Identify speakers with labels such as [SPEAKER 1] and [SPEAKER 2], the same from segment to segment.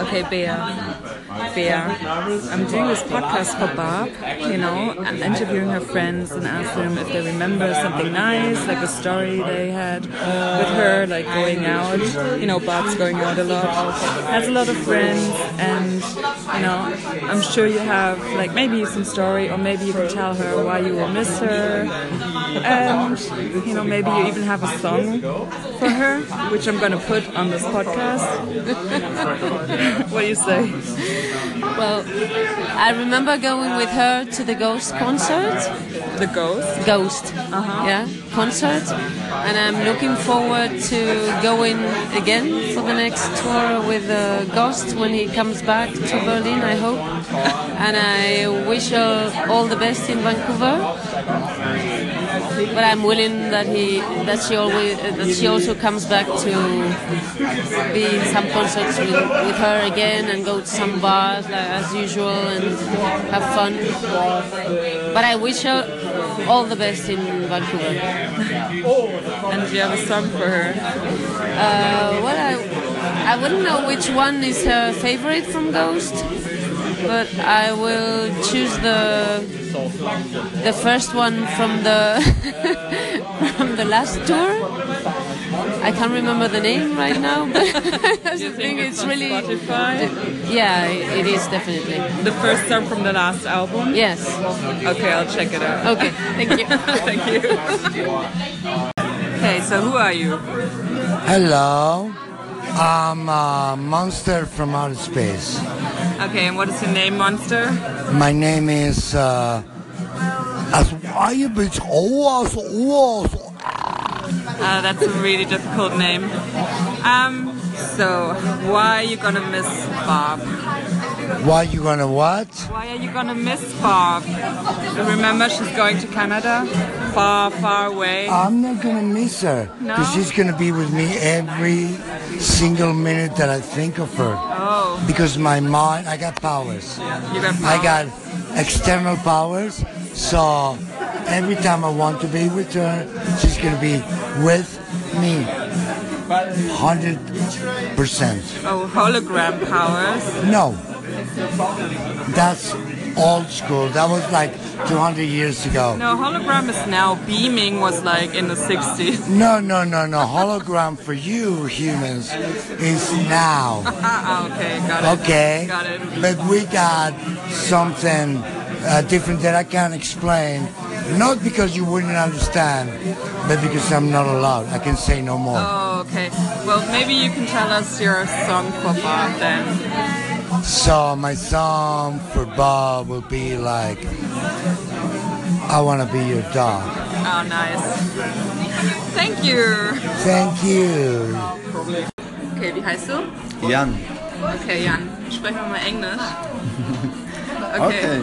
[SPEAKER 1] Okay, Bear. Bear. I'm doing this podcast for Barb. You know, I'm interviewing her friends and ask them if they remember something nice, like a story they had with her, like going out. You know, Barb's going out a lot, has a lot of friends, and, you know, I'm sure you have, like, maybe some story, or maybe you can tell her why you will miss her. And, you know, maybe you even have a song for her, which I'm going to put on this podcast. What do you say?
[SPEAKER 2] Well, I remember going with her to the Ghost concert.
[SPEAKER 1] The ghost?
[SPEAKER 2] Ghost, yeah, concert, and I'm looking forward to going again for the next tour with uh, Ghost when he comes back to Berlin. I hope, and I wish her all the best in Vancouver. But I'm willing that he that she always uh, that she also comes back to be in some concerts with, with her again and go to some bars like, as usual and have fun. But I wish her all the best in Vancouver.
[SPEAKER 1] And do you have a song for her?
[SPEAKER 2] Uh, well, I, I wouldn't know which one is her favorite from Ghost, but I will choose the the first one from the from the last tour. I can't remember the name right now, but I think it's
[SPEAKER 1] on
[SPEAKER 2] really
[SPEAKER 1] Spotify?
[SPEAKER 2] yeah, it is definitely
[SPEAKER 1] The first song from the last album?
[SPEAKER 2] yes.
[SPEAKER 1] Okay, I'll check it out.
[SPEAKER 2] Okay, thank you.
[SPEAKER 1] Thank you. hey, so who are you?
[SPEAKER 3] Hello. I'm a monster from outer space.
[SPEAKER 1] Okay, and what is your name, Monster?
[SPEAKER 3] My name is. Uh, as why you bitch? Oh, as- oh, as-
[SPEAKER 1] Uh, that's a really difficult name. Um, so why are you gonna miss Bob?
[SPEAKER 3] Why you gonna what?
[SPEAKER 1] Why are you gonna miss Bob? Remember, she's going to Canada, far, far away.
[SPEAKER 3] I'm not gonna miss her.
[SPEAKER 1] No?
[SPEAKER 3] Cause she's gonna be with me every single minute that I think of her.
[SPEAKER 1] Oh,
[SPEAKER 3] Because my mind, I got powers.
[SPEAKER 1] you got.
[SPEAKER 3] I got external powers, so every time I want to be with her, she's gonna be with me. 100%.
[SPEAKER 1] Oh, hologram powers.
[SPEAKER 3] No. That's old school. That was like 200 years ago.
[SPEAKER 1] No, hologram is now. Beaming was like in the 60s.
[SPEAKER 3] No, no, no, no. Hologram for you humans is now.
[SPEAKER 1] Ah, okay, got it.
[SPEAKER 3] Okay?
[SPEAKER 1] Got it.
[SPEAKER 3] But we got something uh, different that I can't explain. Not because you wouldn't understand, but because I'm not allowed. I can say no more.
[SPEAKER 1] Oh, okay. Well, maybe you can tell us your song for Bob then.
[SPEAKER 3] So my song for Bob will be like, I want to be your dog.
[SPEAKER 1] Oh, nice. Thank you.
[SPEAKER 3] Thank you.
[SPEAKER 1] Okay, wie heißt du?
[SPEAKER 4] Jan.
[SPEAKER 1] Okay, Jan, sprechen wir mal Englisch.
[SPEAKER 4] Okay.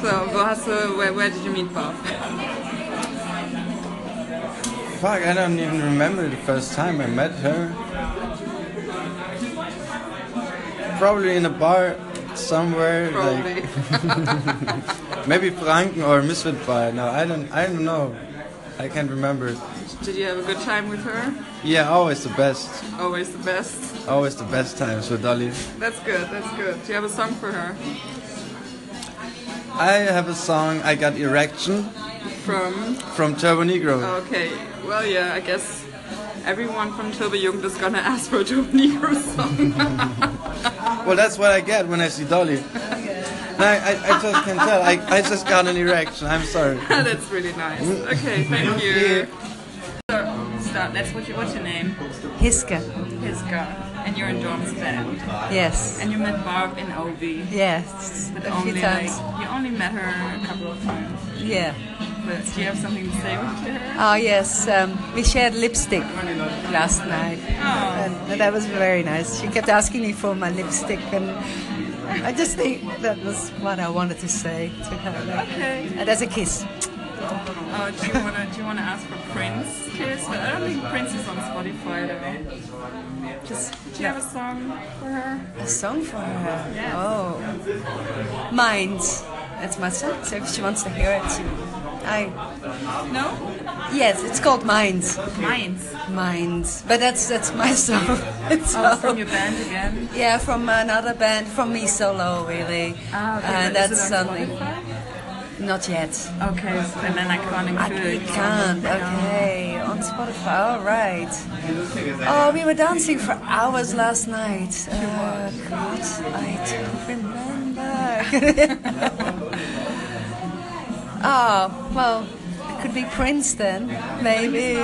[SPEAKER 1] So, wo hast du, where, where did you meet Bob?
[SPEAKER 4] Fuck, I don't even remember the first time I met her. Probably in a bar somewhere,
[SPEAKER 1] Probably.
[SPEAKER 4] like maybe Franken or Misfit bar. No, I don't. I don't know. I can't remember.
[SPEAKER 1] Did you have a good time with her?
[SPEAKER 4] Yeah, always the best.
[SPEAKER 1] Always the best.
[SPEAKER 4] Always the best times with Dolly.
[SPEAKER 1] That's good, that's good. Do you have a song for her?
[SPEAKER 4] I have a song. I got erection
[SPEAKER 1] From,
[SPEAKER 4] from Turbo Negro.
[SPEAKER 1] okay, well, yeah, I guess everyone from Turbo Jugend is gonna ask for a Turbo Negro song.
[SPEAKER 4] Well, that's what I get when I see Dolly. No, I, I, I just can tell. I, I just got an erection. I'm sorry.
[SPEAKER 1] that's really nice. Okay, thank you. So, start, let's, what's your, what's your name?
[SPEAKER 5] Hiska.
[SPEAKER 1] Hiska. And you're in Dorm's band.
[SPEAKER 5] Yes.
[SPEAKER 1] And you met Barb in OV.
[SPEAKER 5] Yes.
[SPEAKER 1] But
[SPEAKER 5] A
[SPEAKER 1] only
[SPEAKER 5] few times.
[SPEAKER 1] like you only met her a couple of times.
[SPEAKER 5] Yeah.
[SPEAKER 1] But do you have something to say to her?
[SPEAKER 5] Oh yes. Um, we shared lipstick last night,
[SPEAKER 1] Oh.
[SPEAKER 5] and, and that was very nice. She kept asking me for my lipstick, and I just think that was what I wanted to say to her. Like,
[SPEAKER 1] Okay.
[SPEAKER 5] And that's a kiss.
[SPEAKER 1] Oh, do you wanna do you wanna ask for Prince kiss? But I don't think Prince is on Spotify though.
[SPEAKER 5] Just
[SPEAKER 1] Do you have a song for her?
[SPEAKER 5] a song for her. Oh, mind. That's my song. So if she wants to hear it, she, I
[SPEAKER 1] No?
[SPEAKER 5] Yes, it's called Minds.
[SPEAKER 1] Minds.
[SPEAKER 5] Minds. But that's that's my song.
[SPEAKER 1] Oh, from your band again?
[SPEAKER 5] Yeah, from another band, from me solo, really.
[SPEAKER 1] Ah, okay,
[SPEAKER 5] and
[SPEAKER 1] but is
[SPEAKER 5] that's
[SPEAKER 1] it on
[SPEAKER 5] something.
[SPEAKER 1] Spotify?
[SPEAKER 5] Not yet.
[SPEAKER 1] Okay, and then I can't
[SPEAKER 5] I
[SPEAKER 1] include.
[SPEAKER 5] we can't. Okay, on Spotify. All right. Oh, we were dancing for hours last night. Uh, God, I don't remember. oh well, it could be Prince then, maybe.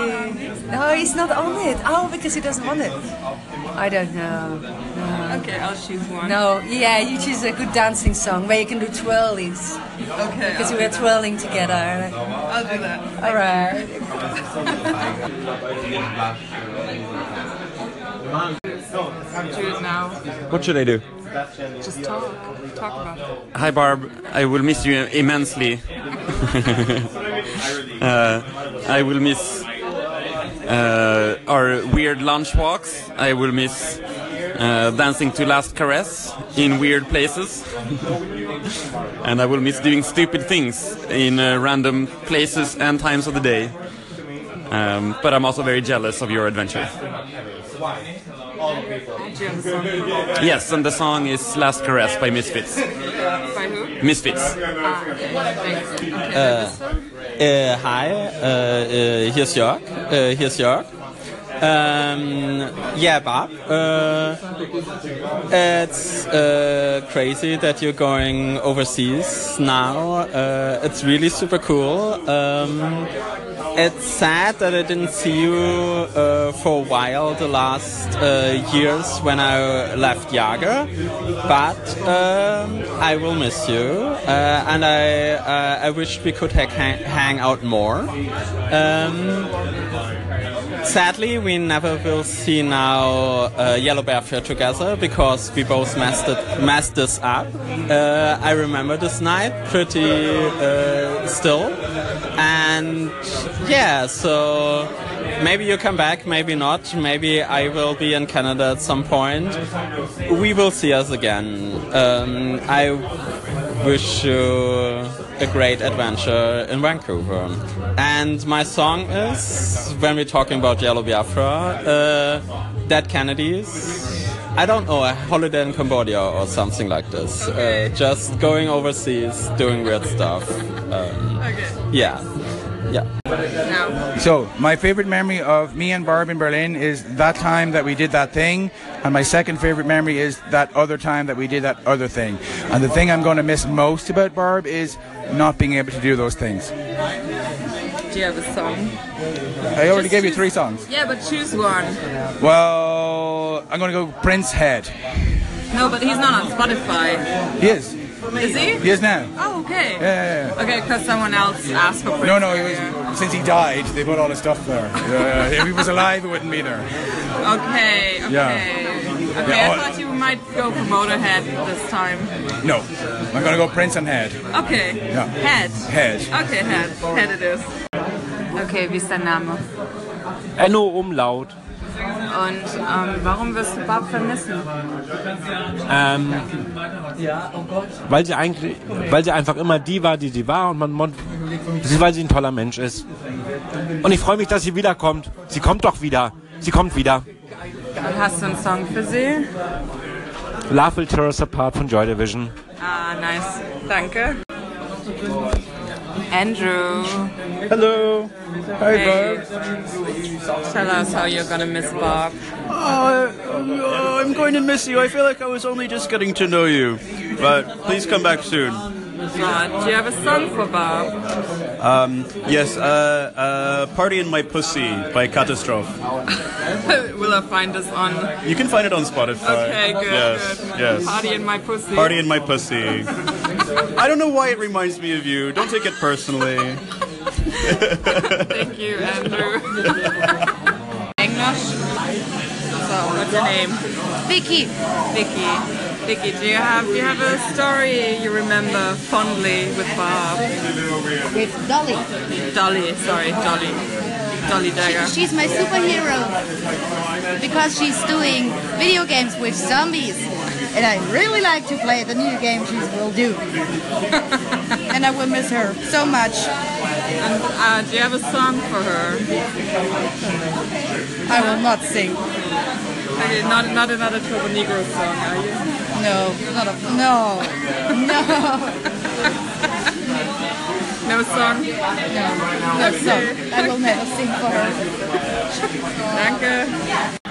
[SPEAKER 5] No, he's not on it. Oh, because he doesn't want it. I don't know. No.
[SPEAKER 1] Okay, I'll choose one.
[SPEAKER 5] Um, No, yeah, you choose a good dancing song where you can do twirlies
[SPEAKER 1] Okay.
[SPEAKER 5] because we were twirling together.
[SPEAKER 1] I'll do that.
[SPEAKER 5] All right.
[SPEAKER 1] Do it now.
[SPEAKER 6] What should I do?
[SPEAKER 1] Just talk. Talk about it.
[SPEAKER 7] Hi, Barb. I will miss you immensely. Uh, I will miss uh, our weird lunch walks. I will miss uh, dancing to Last Caress in weird places. and I will miss doing stupid things in uh, random places and times of the day. Um, but I'm also very jealous of your adventure.
[SPEAKER 1] Do you have a song
[SPEAKER 7] Yes, and the song is Last Caress by Misfits.
[SPEAKER 1] by who?
[SPEAKER 7] Misfits.
[SPEAKER 1] Ah, okay. Thanks. Okay,
[SPEAKER 6] Uh,
[SPEAKER 1] this one?
[SPEAKER 6] Äh, hi, äh, äh, hier ist Jörg. Äh, hier ist Jörg. Ähm, yeah, Bob. Äh, it's äh, crazy that you're going overseas now. Äh, it's really super cool. Ähm, it's sad that I didn't see you uh, for a while the last uh, years when I left Jager, but um, I will miss you, uh, and I uh, I wish we could ha- hang, hang out more. Um, sadly, we never will see now uh, Yellow Bear Fair together because we both messed, it, messed this up. Uh, I remember this night pretty uh, still. And yeah, so maybe you come back, maybe not. Maybe I will be in Canada at some point. We will see us again. Um, I wish you a great adventure in Vancouver. And my song is, when we're talking about Yellow Biafra, uh, Dead Kennedys. I don't know, a holiday in Cambodia or something like this. Uh, just going overseas, doing weird stuff. Um, Yeah. Yeah.
[SPEAKER 8] So, my favorite memory of me and Barb in Berlin is that time that we did that thing, and my second favorite memory is that other time that we did that other thing. And the thing I'm going to miss most about Barb is not being able to do those things.
[SPEAKER 1] Do you have a song?
[SPEAKER 8] I already
[SPEAKER 1] Just
[SPEAKER 8] gave you
[SPEAKER 1] choose-
[SPEAKER 8] three songs.
[SPEAKER 1] Yeah, but choose one.
[SPEAKER 8] Well, I'm going to go Prince Head.
[SPEAKER 1] No, but he's not on Spotify.
[SPEAKER 8] He is.
[SPEAKER 1] Is he?
[SPEAKER 8] He is now.
[SPEAKER 1] Oh, okay.
[SPEAKER 8] Yeah, yeah,
[SPEAKER 1] Okay, because someone else asked for
[SPEAKER 8] No,
[SPEAKER 1] Prince
[SPEAKER 8] no, he
[SPEAKER 1] earlier.
[SPEAKER 8] was, since he died, they put all his stuff there. Yeah, if he was alive, it wouldn't be there.
[SPEAKER 1] Okay, okay.
[SPEAKER 8] Yeah.
[SPEAKER 1] Okay,
[SPEAKER 8] Yeah,
[SPEAKER 1] I
[SPEAKER 8] oh.
[SPEAKER 1] thought you might go for Motorhead this time.
[SPEAKER 8] No, I'm going to go Prince and Head.
[SPEAKER 1] Okay.
[SPEAKER 8] Yeah.
[SPEAKER 1] Head.
[SPEAKER 8] Head.
[SPEAKER 1] Okay, head. Head it is. Okay, wie ist dein Name?
[SPEAKER 9] Enno Umlaut.
[SPEAKER 1] Und ähm, warum wirst du Bob vermissen?
[SPEAKER 9] Ähm, weil sie eigentlich, weil sie einfach immer die war, die sie war und man, mon- sie, weil sie ein toller Mensch ist. Und ich freue mich, dass sie wiederkommt. Sie kommt doch wieder. Sie kommt wieder.
[SPEAKER 1] Und hast du einen Song für sie?
[SPEAKER 9] Love will tear us apart von Joy Division.
[SPEAKER 1] Ah, nice. Danke. Andrew,
[SPEAKER 8] Hello. Hi,
[SPEAKER 1] hey, tell us how you're gonna miss Bob.
[SPEAKER 7] Oh, I'm going to miss you. I feel like I was only just getting to know you. But please come back soon.
[SPEAKER 1] Oh, do you have a song for Bob?
[SPEAKER 7] Yes, uh, uh, Party in My Pussy by Catastrophe.
[SPEAKER 1] Will I find this on?
[SPEAKER 7] You can find it on Spotify.
[SPEAKER 1] Okay, good.
[SPEAKER 7] Yes,
[SPEAKER 1] good.
[SPEAKER 7] yes.
[SPEAKER 1] Party in my pussy.
[SPEAKER 7] Party in My Pussy. I don't know why it reminds me of you. Don't take it personally.
[SPEAKER 1] Thank you, Andrew. English. So, what's your name?
[SPEAKER 2] Vicky.
[SPEAKER 1] Vicky. Vicky, do you have do you have a story you remember fondly with Bob?
[SPEAKER 10] with Dolly.
[SPEAKER 1] Dolly, sorry, Dolly. Dolly Dagger.
[SPEAKER 10] She's my superhero because she's doing video games with zombies. and I really like to play the new game she will do. and I will miss her so much.
[SPEAKER 1] And uh, do you have a song for her?
[SPEAKER 10] I will not sing.
[SPEAKER 1] Okay, not, not another Turbo Negro song, are you?
[SPEAKER 10] No, not a, no, no,
[SPEAKER 1] No song?
[SPEAKER 10] no song. I will never sing for her.
[SPEAKER 1] Danke.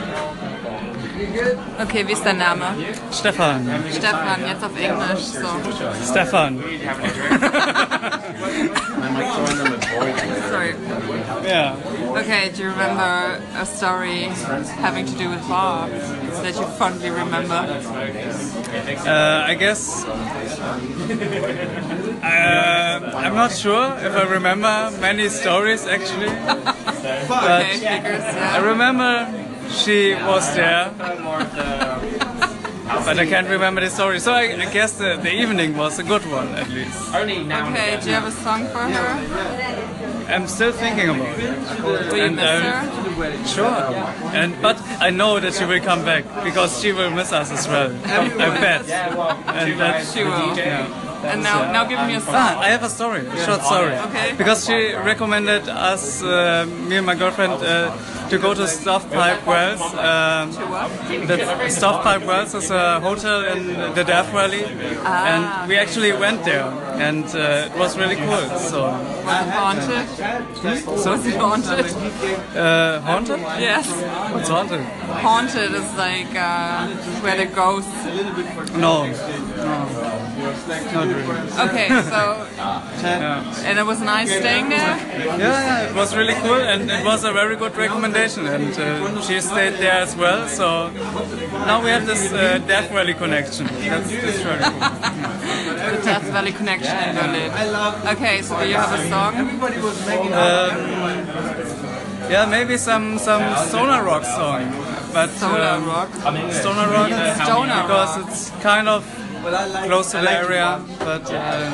[SPEAKER 1] Okay, wie ist dein Name?
[SPEAKER 11] Stefan.
[SPEAKER 1] Stefan, jetzt auf Englisch. So.
[SPEAKER 11] Stefan.
[SPEAKER 1] Sorry.
[SPEAKER 11] Yeah.
[SPEAKER 1] Okay, do you remember a story having to do with Bob that you fondly remember?
[SPEAKER 11] Uh, I guess. Uh, I'm not sure if I remember many stories actually. but I remember she was there. But I can't remember the story. So I, I guess the, the evening was a good one at least.
[SPEAKER 1] Okay, do you have a song for her?
[SPEAKER 11] I'm still thinking about it.
[SPEAKER 1] Do you
[SPEAKER 11] And,
[SPEAKER 1] miss
[SPEAKER 11] um,
[SPEAKER 1] her?
[SPEAKER 11] Sure. And but I know that she will come back because she will miss us as well. I bet. And that's
[SPEAKER 1] She will. And now, now give me a song.
[SPEAKER 11] uh, Ah, I have a story, a short story.
[SPEAKER 1] Okay.
[SPEAKER 11] Because she recommended us, uh, me and my girlfriend, uh, to go to Stovepipe Wells. Um, the Stovepipe Wells is a hotel in the Death Valley,
[SPEAKER 1] Ah,
[SPEAKER 11] and we actually went there, and uh, it was really cool. So
[SPEAKER 1] Haunted?
[SPEAKER 11] So-
[SPEAKER 1] Was it haunted?
[SPEAKER 11] uh, haunted?
[SPEAKER 1] Yes.
[SPEAKER 11] What's haunted?
[SPEAKER 1] Haunted is like uh, where the ghosts.
[SPEAKER 11] No. Not really.
[SPEAKER 1] Okay, so
[SPEAKER 11] Yeah.
[SPEAKER 1] and it was nice staying there.
[SPEAKER 11] Yeah, yeah, it was really cool, and it was a very good recommendation. And uh, she stayed there as well, so now we have this uh, Death Valley connection. That's, that's really cool.
[SPEAKER 1] The Death Valley connection in Berlin. Okay, so do you have a song? Everybody was making
[SPEAKER 11] Um, yeah, maybe some some stoner rock song, but
[SPEAKER 1] Stoner
[SPEAKER 11] um,
[SPEAKER 1] rock?
[SPEAKER 11] stoner rock,
[SPEAKER 1] It's stoner
[SPEAKER 11] because
[SPEAKER 1] rock.
[SPEAKER 11] it's kind of close to the area, but. Uh,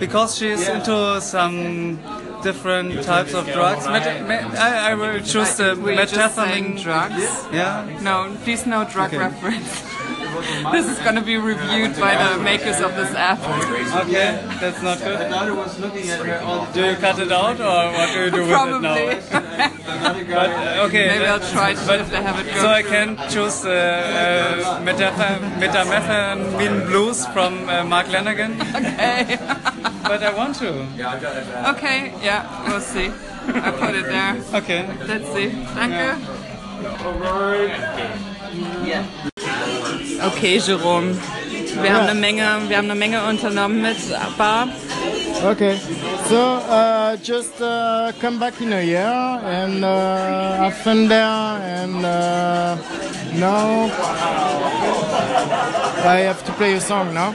[SPEAKER 11] because she's into some different types of drugs. Met- me- I, I will choose the
[SPEAKER 1] Were you just saying
[SPEAKER 11] methamphetamine.
[SPEAKER 1] drugs?
[SPEAKER 11] Yeah.
[SPEAKER 1] No, please no drug
[SPEAKER 11] Okay.
[SPEAKER 1] reference. this is gonna be reviewed by the makers of this app.
[SPEAKER 11] Okay, that's not good. My daughter was looking at her all Do you cut it out or what do you do with
[SPEAKER 1] Probably.
[SPEAKER 11] it now? But, uh, okay.
[SPEAKER 1] Maybe
[SPEAKER 11] that-
[SPEAKER 1] I'll try to
[SPEAKER 11] but-
[SPEAKER 1] if they have it
[SPEAKER 11] So
[SPEAKER 1] go
[SPEAKER 11] I can choose uh, uh, metapha- Metamethamphetamine Blues from uh, Mark Lanigan.
[SPEAKER 1] Okay.
[SPEAKER 11] but I want to.
[SPEAKER 1] Okay, yeah, we'll see. I put it there.
[SPEAKER 11] Okay.
[SPEAKER 1] Let's see. Danke. Okay, Jerome. Wir haben eine Menge, wir haben eine Menge unternommen mit Barb.
[SPEAKER 12] Okay, so uh, just uh, come back in a year and uh, I've been there and uh, now I have to play a song now.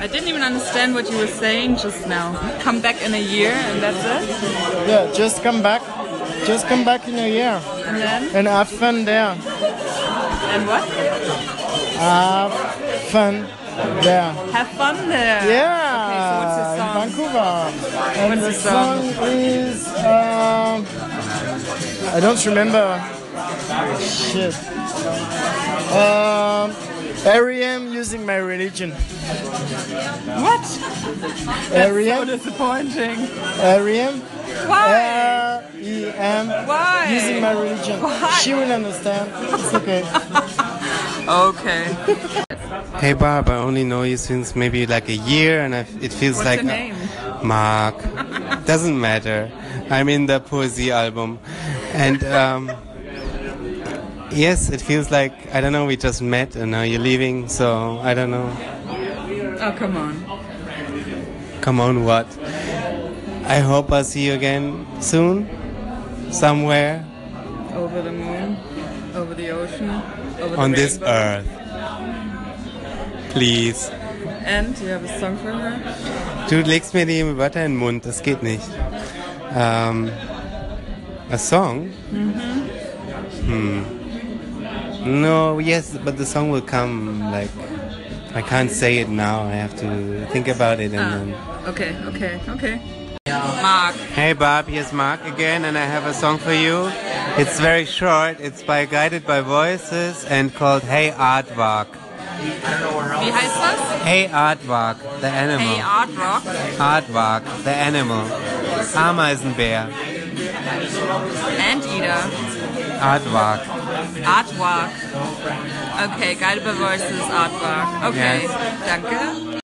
[SPEAKER 1] I didn't even understand what you were saying just now. Come back in a year and that's it.
[SPEAKER 12] Yeah, just come back, just come back in a year
[SPEAKER 1] And then?
[SPEAKER 12] and have fun there.
[SPEAKER 1] And what?
[SPEAKER 12] Have fun there.
[SPEAKER 1] Have fun there.
[SPEAKER 12] Yeah,
[SPEAKER 1] Okay, so what's your
[SPEAKER 12] song? Vancouver. And
[SPEAKER 1] what's
[SPEAKER 12] the
[SPEAKER 1] the song?
[SPEAKER 12] song is um, I don't remember. Shit. Um, R.E.M. using my religion.
[SPEAKER 1] What?
[SPEAKER 12] R.E.M.
[SPEAKER 1] disappointing.
[SPEAKER 12] R.E.M.
[SPEAKER 1] Why?
[SPEAKER 12] R.E.M.
[SPEAKER 1] Why?
[SPEAKER 12] E Using my religion.
[SPEAKER 1] Why?
[SPEAKER 12] She will understand. It's okay.
[SPEAKER 1] Okay.
[SPEAKER 13] Hey Barb, I only know you since maybe like a year, and I, it feels
[SPEAKER 1] What's
[SPEAKER 13] like
[SPEAKER 1] your name?
[SPEAKER 13] Mark. Doesn't matter. I'm in the poesy album, and um, yes, it feels like I don't know. We just met, and now you're leaving, so I don't know.
[SPEAKER 1] Oh, come on.
[SPEAKER 13] Come on, what? I hope I see you again soon, somewhere
[SPEAKER 1] Over the moon, over the ocean, over the
[SPEAKER 13] on this
[SPEAKER 1] rainbow.
[SPEAKER 13] earth. Please.
[SPEAKER 1] And do you have a song for her?
[SPEAKER 13] Du legst mir die Wörter in den Mund, das geht nicht. Ähm, a song?
[SPEAKER 1] Mhm.
[SPEAKER 13] Hmm. No, yes, but the song will come. Like, I can't say it now. I have to think about it and then.
[SPEAKER 1] Okay, okay, okay.
[SPEAKER 14] Mark.
[SPEAKER 13] Hey Bob, here's Mark again, and I have a song for you. It's very short. It's by Guided by Voices and called Hey Aardvark.
[SPEAKER 14] Wie heißt das?
[SPEAKER 13] Hey Aardvark, the animal.
[SPEAKER 14] Hey Art Rock.
[SPEAKER 13] Aardvark, the animal. Ameisenbär.
[SPEAKER 14] Anteater.
[SPEAKER 13] Aardvark.
[SPEAKER 14] Art Walk. Okay, Guided by Voices, Art Walk. Okay,
[SPEAKER 13] Yes.
[SPEAKER 14] danke.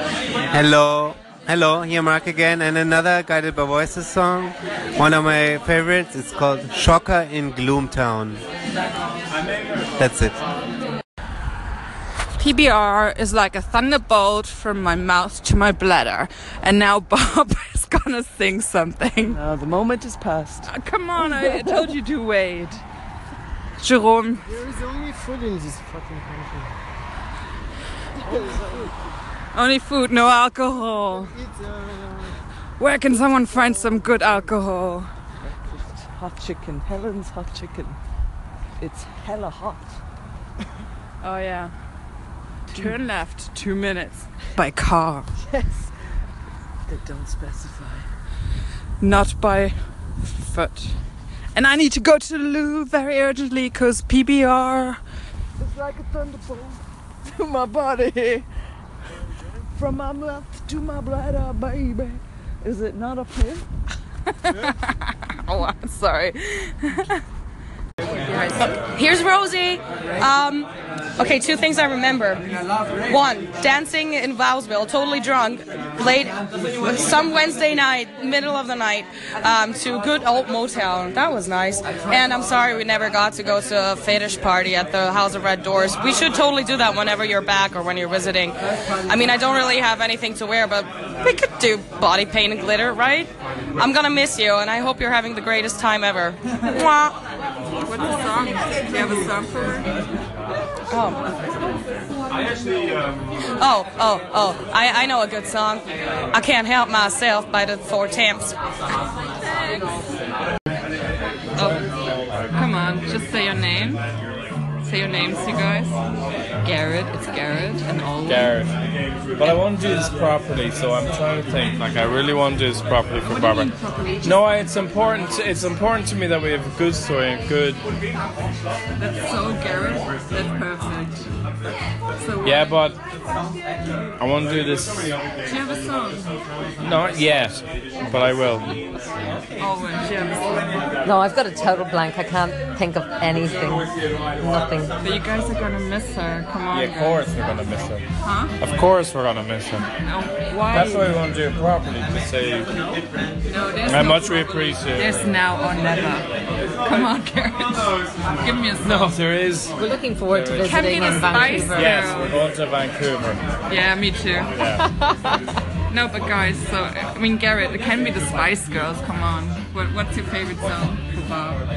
[SPEAKER 13] Hello. Hello, here Mark again, and another Guided by Voices song. One of my favorites. It's called Shocker in Gloomtown. That's it.
[SPEAKER 1] PBR is like a thunderbolt from my mouth to my bladder. And now Bob is gonna sing something. Uh, the moment is past. come on, I, I told you to wait. Jerome,
[SPEAKER 12] There is only food in this fucking country.
[SPEAKER 1] only food, no alcohol. Where can someone find some good alcohol?
[SPEAKER 5] Hot chicken, Helen's hot chicken. It's hella hot.
[SPEAKER 1] Oh, yeah. Turn left, two minutes. By car.
[SPEAKER 5] Yes. They don't specify.
[SPEAKER 1] not by foot. And I need to go to the loo very urgently because PBR.
[SPEAKER 5] It's like a thunderbolt through my body. From my mouth to my bladder, baby. Is it not up here?
[SPEAKER 1] Oh, I'm sorry.
[SPEAKER 15] Here's Rosie. Um, okay, two things I remember. One, dancing in Vowelsville, totally drunk, late, some Wednesday night, middle of the night, um, to good old Motown. That was nice. And I'm sorry we never got to go to a fetish party at the House of Red Doors. We should totally do that whenever you're back or when you're visiting. I mean, I don't really have anything to wear, but we could do body paint and glitter, right? I'm gonna miss you, and I hope you're having the greatest time ever. Mwah.
[SPEAKER 14] What's the song? Do you have a song for her?
[SPEAKER 15] Oh.
[SPEAKER 14] I actually. Um...
[SPEAKER 15] Oh, oh, oh. I, I know a good song. I Can't Help Myself by the Four Temps.
[SPEAKER 14] Oh. Come on, just say your name. Say your names, you guys. Garrett, it's Garrett, and Olaf.
[SPEAKER 16] Gareth. But I want to do this properly, so I'm trying to think. Like I really want to do this properly for Barbara. No, I- it's important. To, it's important to me that we have a good story and good.
[SPEAKER 14] That's so Garrett. That's perfect. So
[SPEAKER 16] Yeah, but
[SPEAKER 14] Do
[SPEAKER 16] I want to do this.
[SPEAKER 14] you have a song?
[SPEAKER 16] Not yet, but I will.
[SPEAKER 14] Always, yeah.
[SPEAKER 2] No, I've got a total blank. I can't think of anything. Nothing.
[SPEAKER 14] But you guys are gonna miss her. Come on,
[SPEAKER 16] Yeah, of course we're gonna miss him.
[SPEAKER 14] Huh?
[SPEAKER 16] Of course we're gonna miss him.
[SPEAKER 14] guys. Why?
[SPEAKER 16] That's why we want to do it properly to say
[SPEAKER 14] No, there's
[SPEAKER 16] how
[SPEAKER 14] no-
[SPEAKER 16] much we appreciate.
[SPEAKER 14] There's
[SPEAKER 16] it.
[SPEAKER 14] now or never. Come on, Garrett. Give me a song.
[SPEAKER 16] No, there is.
[SPEAKER 2] We're looking forward to
[SPEAKER 16] There is.
[SPEAKER 14] Can we
[SPEAKER 2] visiting in
[SPEAKER 14] despise
[SPEAKER 2] Vancouver.
[SPEAKER 14] her?
[SPEAKER 16] Yes, we're going to Vancouver.
[SPEAKER 14] Yeah, me too. no, but guys, so I mean, Garrett, it can be the Spice Girls. Come on, what, what's your favorite song for Bob?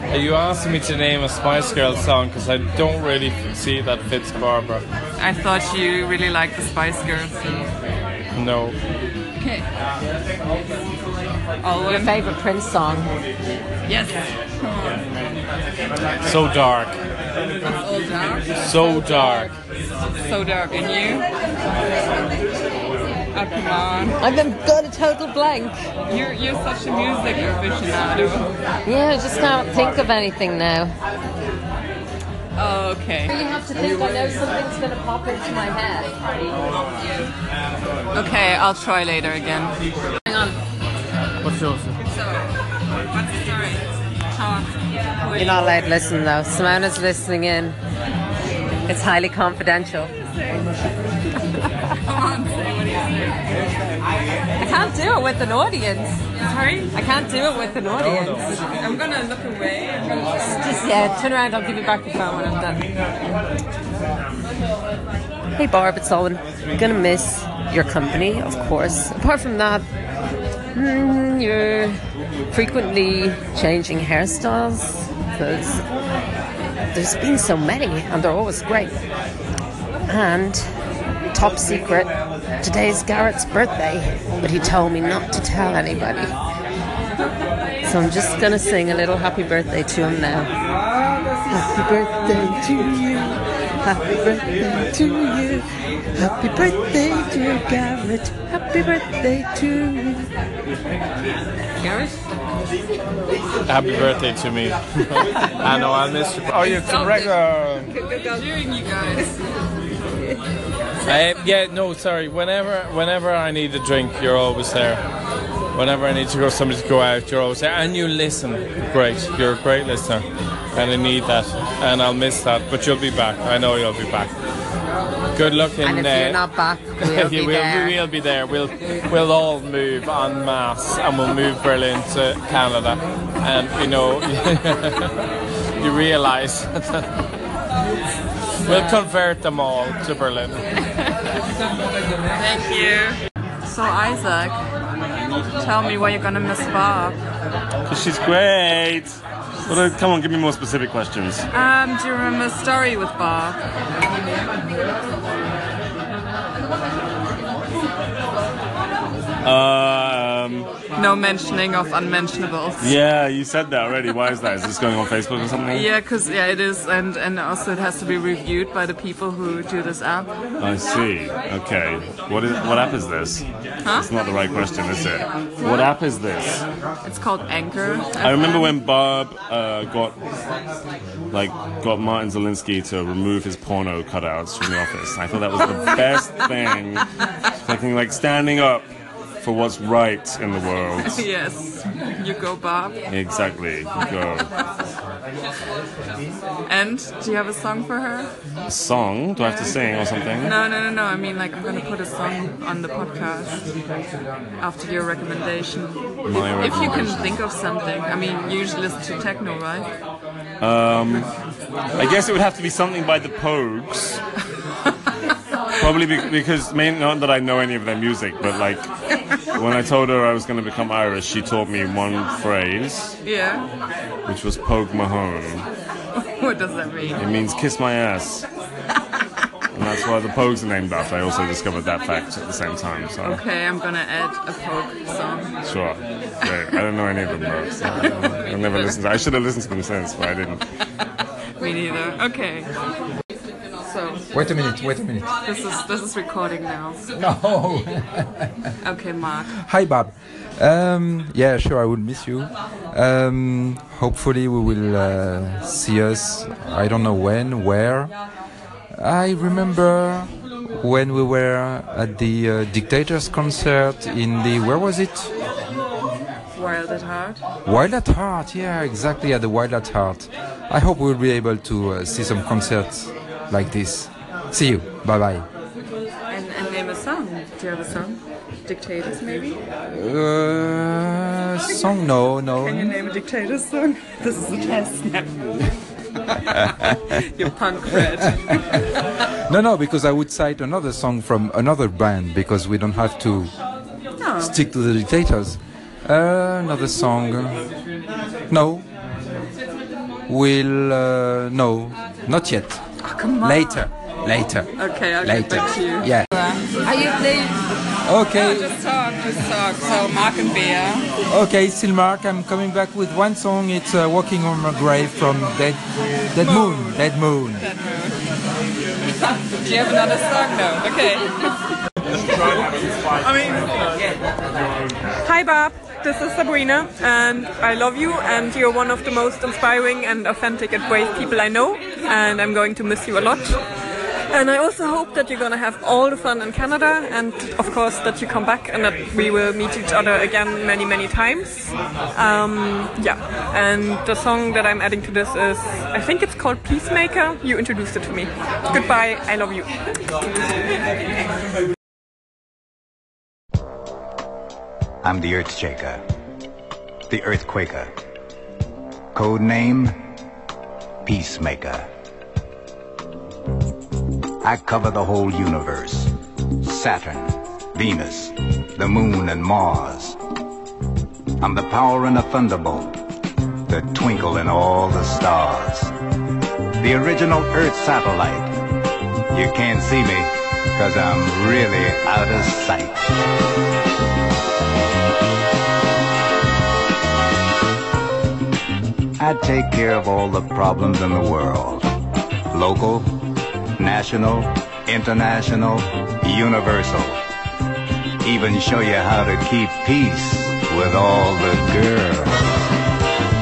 [SPEAKER 16] Are you asking me to name a Spice Girl song? Because I don't really see that fits Barbara.
[SPEAKER 14] I thought you really liked the Spice Girls.
[SPEAKER 16] No.
[SPEAKER 14] Okay.
[SPEAKER 2] Your favorite Prince song?
[SPEAKER 14] Yes. Come on.
[SPEAKER 16] So dark.
[SPEAKER 14] It's all dark.
[SPEAKER 16] So dark.
[SPEAKER 14] So dark, and you? Oh, come on.
[SPEAKER 2] I've been got a total blank.
[SPEAKER 14] You're, you're such a music aficionado.
[SPEAKER 2] Yeah, I just can't think of anything now.
[SPEAKER 14] Oh, okay.
[SPEAKER 2] You have to think I know something's going to pop into my head.
[SPEAKER 14] Okay, I'll try later again. Hang on.
[SPEAKER 5] What's yours?
[SPEAKER 14] So, what's the story? Talk.
[SPEAKER 2] You're not allowed to listen though. Simona's listening in. It's highly confidential. I can't do it with an audience.
[SPEAKER 14] Sorry?
[SPEAKER 2] I can't do it with an audience.
[SPEAKER 14] I'm gonna look away. I'm gonna
[SPEAKER 2] Just yeah, turn around. I'll give you back the phone when I'm done. Hey Barb, it's Owen. Gonna miss your company, of course. Apart from that, mm, you're frequently changing hairstyles because there's been so many, and they're always great. And top secret, today's Garrett's birthday, but he told me not to tell anybody. So I'm just gonna sing a little happy birthday to him now.
[SPEAKER 5] Happy birthday to you. Happy birthday to you. Happy birthday to Garrett. Happy birthday to you.
[SPEAKER 16] Happy birthday to me. I know I missed you. Oh, you're correct.
[SPEAKER 14] Cheering you guys.
[SPEAKER 16] I, yeah, no, sorry. Whenever, whenever I need a drink, you're always there. Whenever I need to go, somebody to go out, you're always there. And you listen. Great, you're a great listener, and I need that, and I'll miss that. But you'll be back. I know you'll be back. Good luck in.
[SPEAKER 17] And if
[SPEAKER 16] uh,
[SPEAKER 17] you're not back, we'll
[SPEAKER 16] yeah,
[SPEAKER 17] be
[SPEAKER 16] we'll,
[SPEAKER 17] there.
[SPEAKER 16] we'll be there. We'll we'll all move en masse, and we'll move Berlin to Canada. And you know, you realise we'll convert them all to Berlin.
[SPEAKER 14] Thank you. So Isaac, tell me why you're gonna miss Bob.
[SPEAKER 18] She's great. What a- come on, give me more specific questions.
[SPEAKER 14] Um, do you remember a story with Bob?
[SPEAKER 18] Um,
[SPEAKER 14] No mentioning of unmentionables.
[SPEAKER 18] yeah, you said that already. Why is that? Is this going on Facebook or something?
[SPEAKER 14] Yeah, because yeah, it is, and and also it has to be reviewed by the people who do this app.
[SPEAKER 18] I see. Okay. What is what app is this?
[SPEAKER 14] Huh?
[SPEAKER 18] It's not the right question, is it? What app is this?
[SPEAKER 14] It's called Anchor.
[SPEAKER 18] I remember when Barb uh, got like got Martin Zelinsky to remove his porno cutouts from the office. I thought that was the best thing. Fucking like standing up for what's right in the world.
[SPEAKER 14] yes, you go, Bob.
[SPEAKER 18] Exactly. Go.
[SPEAKER 14] And do you have a song for her?
[SPEAKER 18] Song? Do I have to sing or something?
[SPEAKER 14] No, no, no, no. I mean, like, I'm gonna put a song on the podcast after your recommendation.
[SPEAKER 18] My
[SPEAKER 14] if, if you can
[SPEAKER 18] recommendation.
[SPEAKER 14] think of something. I mean, you usually listen to techno, right?
[SPEAKER 18] Um, I guess it would have to be something by the Pogues. Probably be- because, mainly not that I know any of their music, but like when I told her I was going to become Irish, she taught me one phrase,
[SPEAKER 14] Yeah.
[SPEAKER 18] which was Pogue Mahone.
[SPEAKER 14] what does that mean?
[SPEAKER 18] It means kiss my ass. And that's why the Pogues are named after. I also discovered that fact at the same time. So.
[SPEAKER 14] Okay, I'm gonna add a folk song.
[SPEAKER 18] Sure. Great. I don't know any of them though. So I never listened. To, I should have listened to them since, but I didn't.
[SPEAKER 14] Me neither. Okay. So.
[SPEAKER 19] Wait a minute, wait a minute.
[SPEAKER 14] This is this is recording now.
[SPEAKER 19] No.
[SPEAKER 14] okay, Mark.
[SPEAKER 19] Hi, Bob. Um, yeah, sure, I will miss you. Um, hopefully, we will uh, see us. I don't know when, where. I remember when we were at the uh, Dictators concert in the where was it?
[SPEAKER 14] Wild at heart.
[SPEAKER 19] Wild at Heart. Yeah, exactly at the Wild at Heart. I hope we'll be able to uh, see some concerts like this. See you. Bye bye.
[SPEAKER 14] And and name a song. Do you have a song? Dictators, maybe.
[SPEAKER 19] Uh, song? No,
[SPEAKER 14] Can you
[SPEAKER 19] no.
[SPEAKER 14] name a dictator song? This is a test now. You're punk red.
[SPEAKER 19] No, no, because I would cite another song from another band because we don't have to
[SPEAKER 14] No.
[SPEAKER 19] stick to the dictators. Uh, another song? No. We'll uh, no, not yet.
[SPEAKER 14] Oh, come on.
[SPEAKER 19] Later, later.
[SPEAKER 14] Okay, I'll
[SPEAKER 19] later.
[SPEAKER 14] get back to you.
[SPEAKER 19] Yeah.
[SPEAKER 14] Are you playing?
[SPEAKER 19] Okay.
[SPEAKER 14] No, just talk, just talk. So Mark and Bea.
[SPEAKER 19] Okay, Silmark, I'm coming back with one song. It's uh, "Walking on My Grave" from Dead, Dead Moon. Dead Moon.
[SPEAKER 14] Do you have another song? No. Okay.
[SPEAKER 20] I mean, hi Bob, this is Sabrina, and I love you, and you're one of the most inspiring and authentic and brave people I know, and I'm going to miss you a lot. And I also hope that you're gonna have all the fun in Canada, and of course that you come back and that we will meet each other again many, many times. Um, yeah, and the song that I'm adding to this is, I think it's called Peacemaker. You introduced it to me. Goodbye, I love you.
[SPEAKER 21] I'm the Earth Shaker, the Earthquaker. Code name Peacemaker. I cover the whole universe Saturn, Venus, the Moon, and Mars. I'm the power in a thunderbolt, the twinkle in all the stars. The original Earth satellite. You can't see me, cause I'm really out of sight. I take care of all the problems in the world local, national, international, universal. Even show you how to keep peace with all the girls.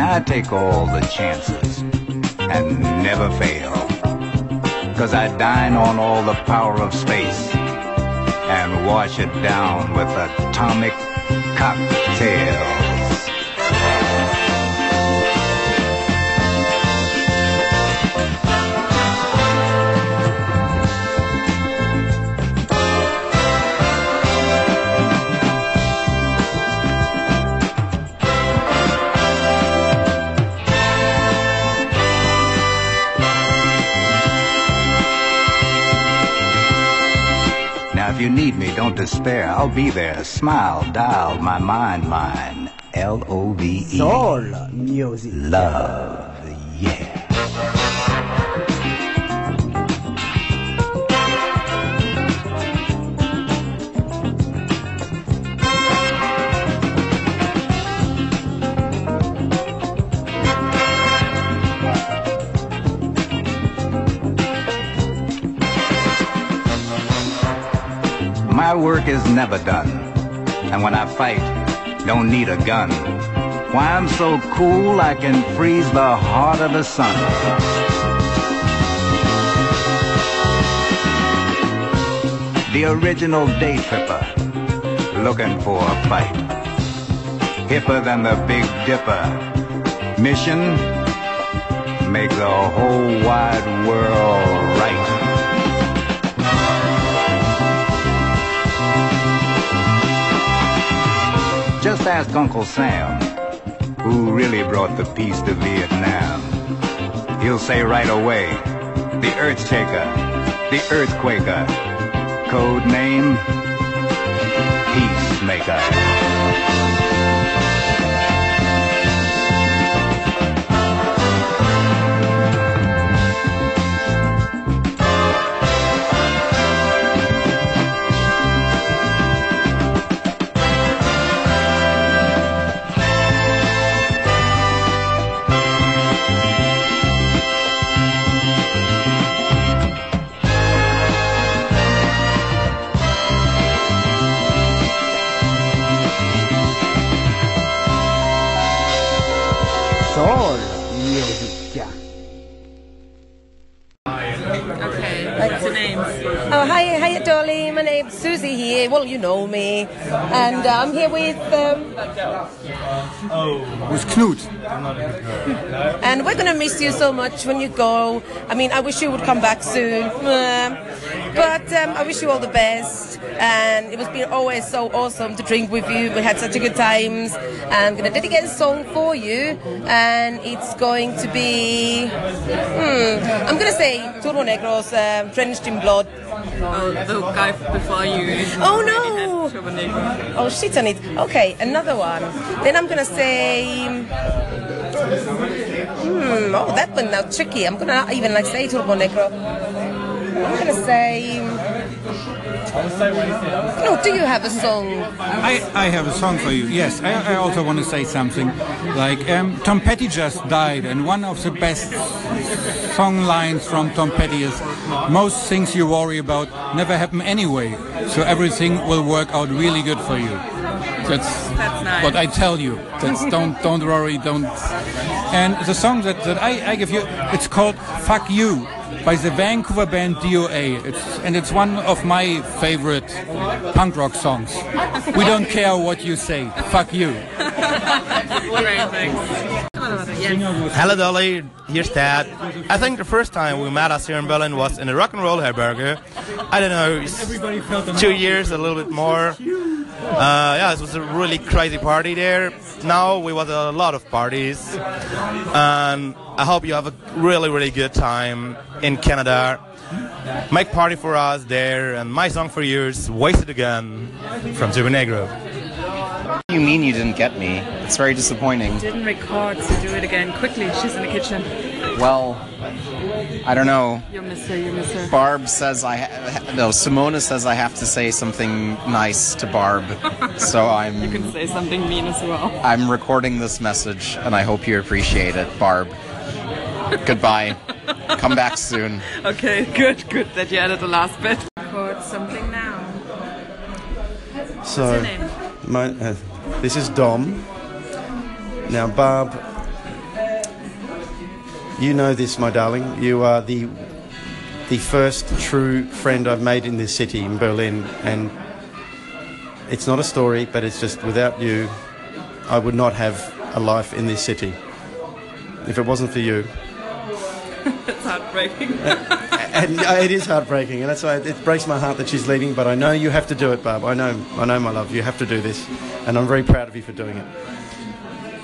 [SPEAKER 21] Now I take all the chances and never fail. Cause I dine on all the power of space and wash it down with atomic cocktails. Now, if you need me, don't despair. I'll be there. Smile, dial, my mind, mine. L O V E. Soul music. Love, yeah. My work is never done. And when I fight, don't need a gun. Why I'm so cool, I can freeze the heart of the sun. The original day tripper, looking for a fight. Hipper than the Big Dipper. Mission, make the whole wide world right. Just ask Uncle Sam, who really brought the peace to Vietnam. He'll say right away, the Earth Shaker, the Earthquaker, code name, Peacemaker.
[SPEAKER 22] Soul music. Yeah.
[SPEAKER 23] What's your name?
[SPEAKER 17] Oh, hi, hi, Dolly. My name's Susie here. Well, you know me. And uh, I'm here with. Um,
[SPEAKER 4] Oh. With Knut.
[SPEAKER 17] and we're going to miss you so much when you go. I mean, I wish you would come back soon. Um, But um, I wish you all the best. And it was been always so awesome to drink with you. We had such a good times. I'm going to dedicate a song for you. And it's going to be. Hmm, I'm going to say Toro Negro's um, Drenched in Blood.
[SPEAKER 14] Oh, the guy before you.
[SPEAKER 17] Oh no! Oh shit on it. Okay, another one. Then I'm gonna say. Hmm, oh, that one now tricky. I'm gonna not even like say Turbo Negro. I'm gonna say. No, do you have a song?
[SPEAKER 4] I, I have a song for you. Yes, I, I also want to say something. Like um, Tom Petty just died, and one of the best song lines from Tom Petty is, "Most things you worry about never happen anyway, so everything will work out really good for you." That's,
[SPEAKER 14] That's nice.
[SPEAKER 4] what I tell you. That's don't don't worry, don't. And the song that, that I, I give you, it's called "Fuck You" by the Vancouver band DOA. It's and it's one of my favorite punk rock songs. We don't care what you say. Fuck you.
[SPEAKER 14] Great, thanks.
[SPEAKER 24] Hello, Dolly. Here's Dad. I think the first time we met us here in Berlin was in a rock and roll herberge. I don't know, s- two years, a little bit more. Uh, yeah, it was a really crazy party there. Now we was a lot of parties, and I hope you have a really, really good time in Canada. Make party for us there, and my song for you is "Wasted Again" from Super Negro.
[SPEAKER 25] What do you mean you didn't get me? It's very disappointing.
[SPEAKER 14] Didn't record, so do it again quickly. She's in the kitchen.
[SPEAKER 25] Well, I don't know.
[SPEAKER 14] You'll miss her. You'll miss her.
[SPEAKER 25] Barb says I ha- ha- no. Simona says I have to say something nice to Barb, so
[SPEAKER 14] You
[SPEAKER 25] I'm
[SPEAKER 14] can say something mean as well.
[SPEAKER 25] I'm recording this message, and I hope you appreciate it, Barb. Goodbye. Come back soon.
[SPEAKER 14] Okay, good, good that you added the last bit. Record something now.
[SPEAKER 26] So,
[SPEAKER 17] your name?
[SPEAKER 26] My, uh, this is Dom. Now, Barb, you know this, my darling. You are the the first true friend I've made in this city, in Berlin, and it's not a story, but it's just without you, I would not have a life in this city. If it wasn't for you,
[SPEAKER 14] That's heartbreaking.
[SPEAKER 26] and uh, it is heartbreaking, and that's why it breaks my heart that she's leaving. But I know you have to do it, Barb. I know, I know, my love. You have to do this, and I'm very proud of you for doing it.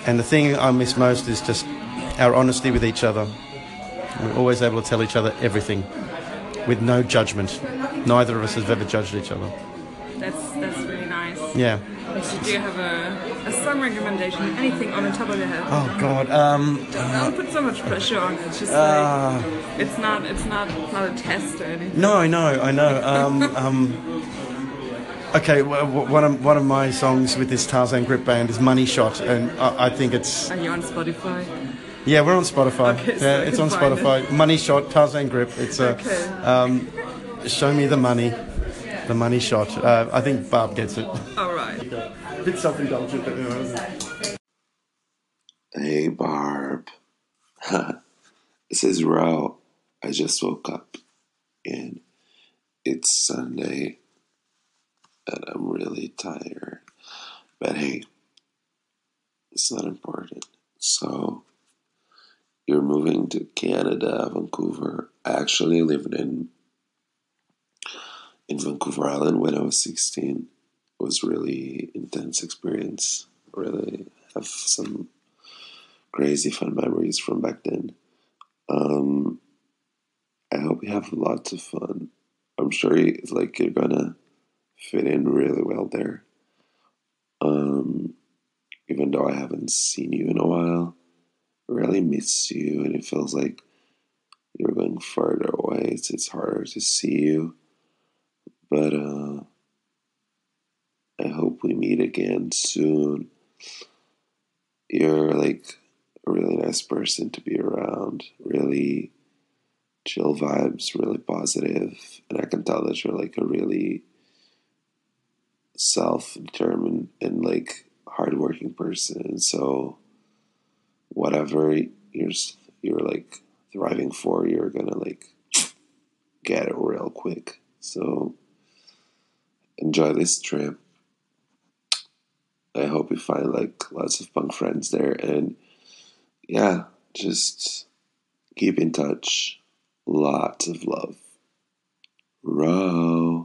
[SPEAKER 26] And the thing I miss most is just our honesty with each other. We're always able to tell each other everything, with no judgment. Neither of us have ever judged each other.
[SPEAKER 1] That's that's really nice.
[SPEAKER 26] Yeah.
[SPEAKER 1] Do you have a, a song recommendation? Anything on the top of your head?
[SPEAKER 26] Oh God. Um.
[SPEAKER 1] Don't put so much pressure on it. Just
[SPEAKER 26] Ah.
[SPEAKER 1] like it's not it's not it's not a test or anything.
[SPEAKER 26] No, I know, I know. Um, um, okay, w- w- one of one of my songs with this Tarzan Grip Band is Money Shot, and I, I think it's
[SPEAKER 1] Are you on Spotify?
[SPEAKER 26] yeah, we're on Spotify.
[SPEAKER 1] Okay, so
[SPEAKER 26] yeah,
[SPEAKER 1] I
[SPEAKER 26] it's
[SPEAKER 1] can
[SPEAKER 26] on
[SPEAKER 1] find
[SPEAKER 26] Spotify.
[SPEAKER 1] it.
[SPEAKER 26] Money Shot, Tarzan Grip. It's a
[SPEAKER 1] Okay.
[SPEAKER 26] um, show me the money, the money shot. Uh, I think Barb gets it.
[SPEAKER 1] All right.
[SPEAKER 26] A bit self-indulgent, but you know.
[SPEAKER 7] Hey, Barb. this is Ro. I just woke up and it's Sunday and I'm really tired. But hey, it's not important. So, you're moving to Canada, Vancouver. I actually lived in in Vancouver Island when I was 16. It was really intense experience. Really have some crazy fun memories from back then. Um, I hope you have lots of fun. I'm sure you, like you're gonna fit in really well there. Um, even though I haven't seen you in a while, I really miss you, and it feels like you're going further away. It's it's harder to see you, but uh, I hope we meet again soon. You're like a really nice person to be around. Really chill vibes, really positive, and I can tell that you're like a really self-determined and like hardworking person. And so, whatever you're s- you're like thriving for, you're gonna like get it real quick. So, enjoy this trip. I hope you find like lots of punk friends there, and yeah, just keep in touch. Lots of love. Row.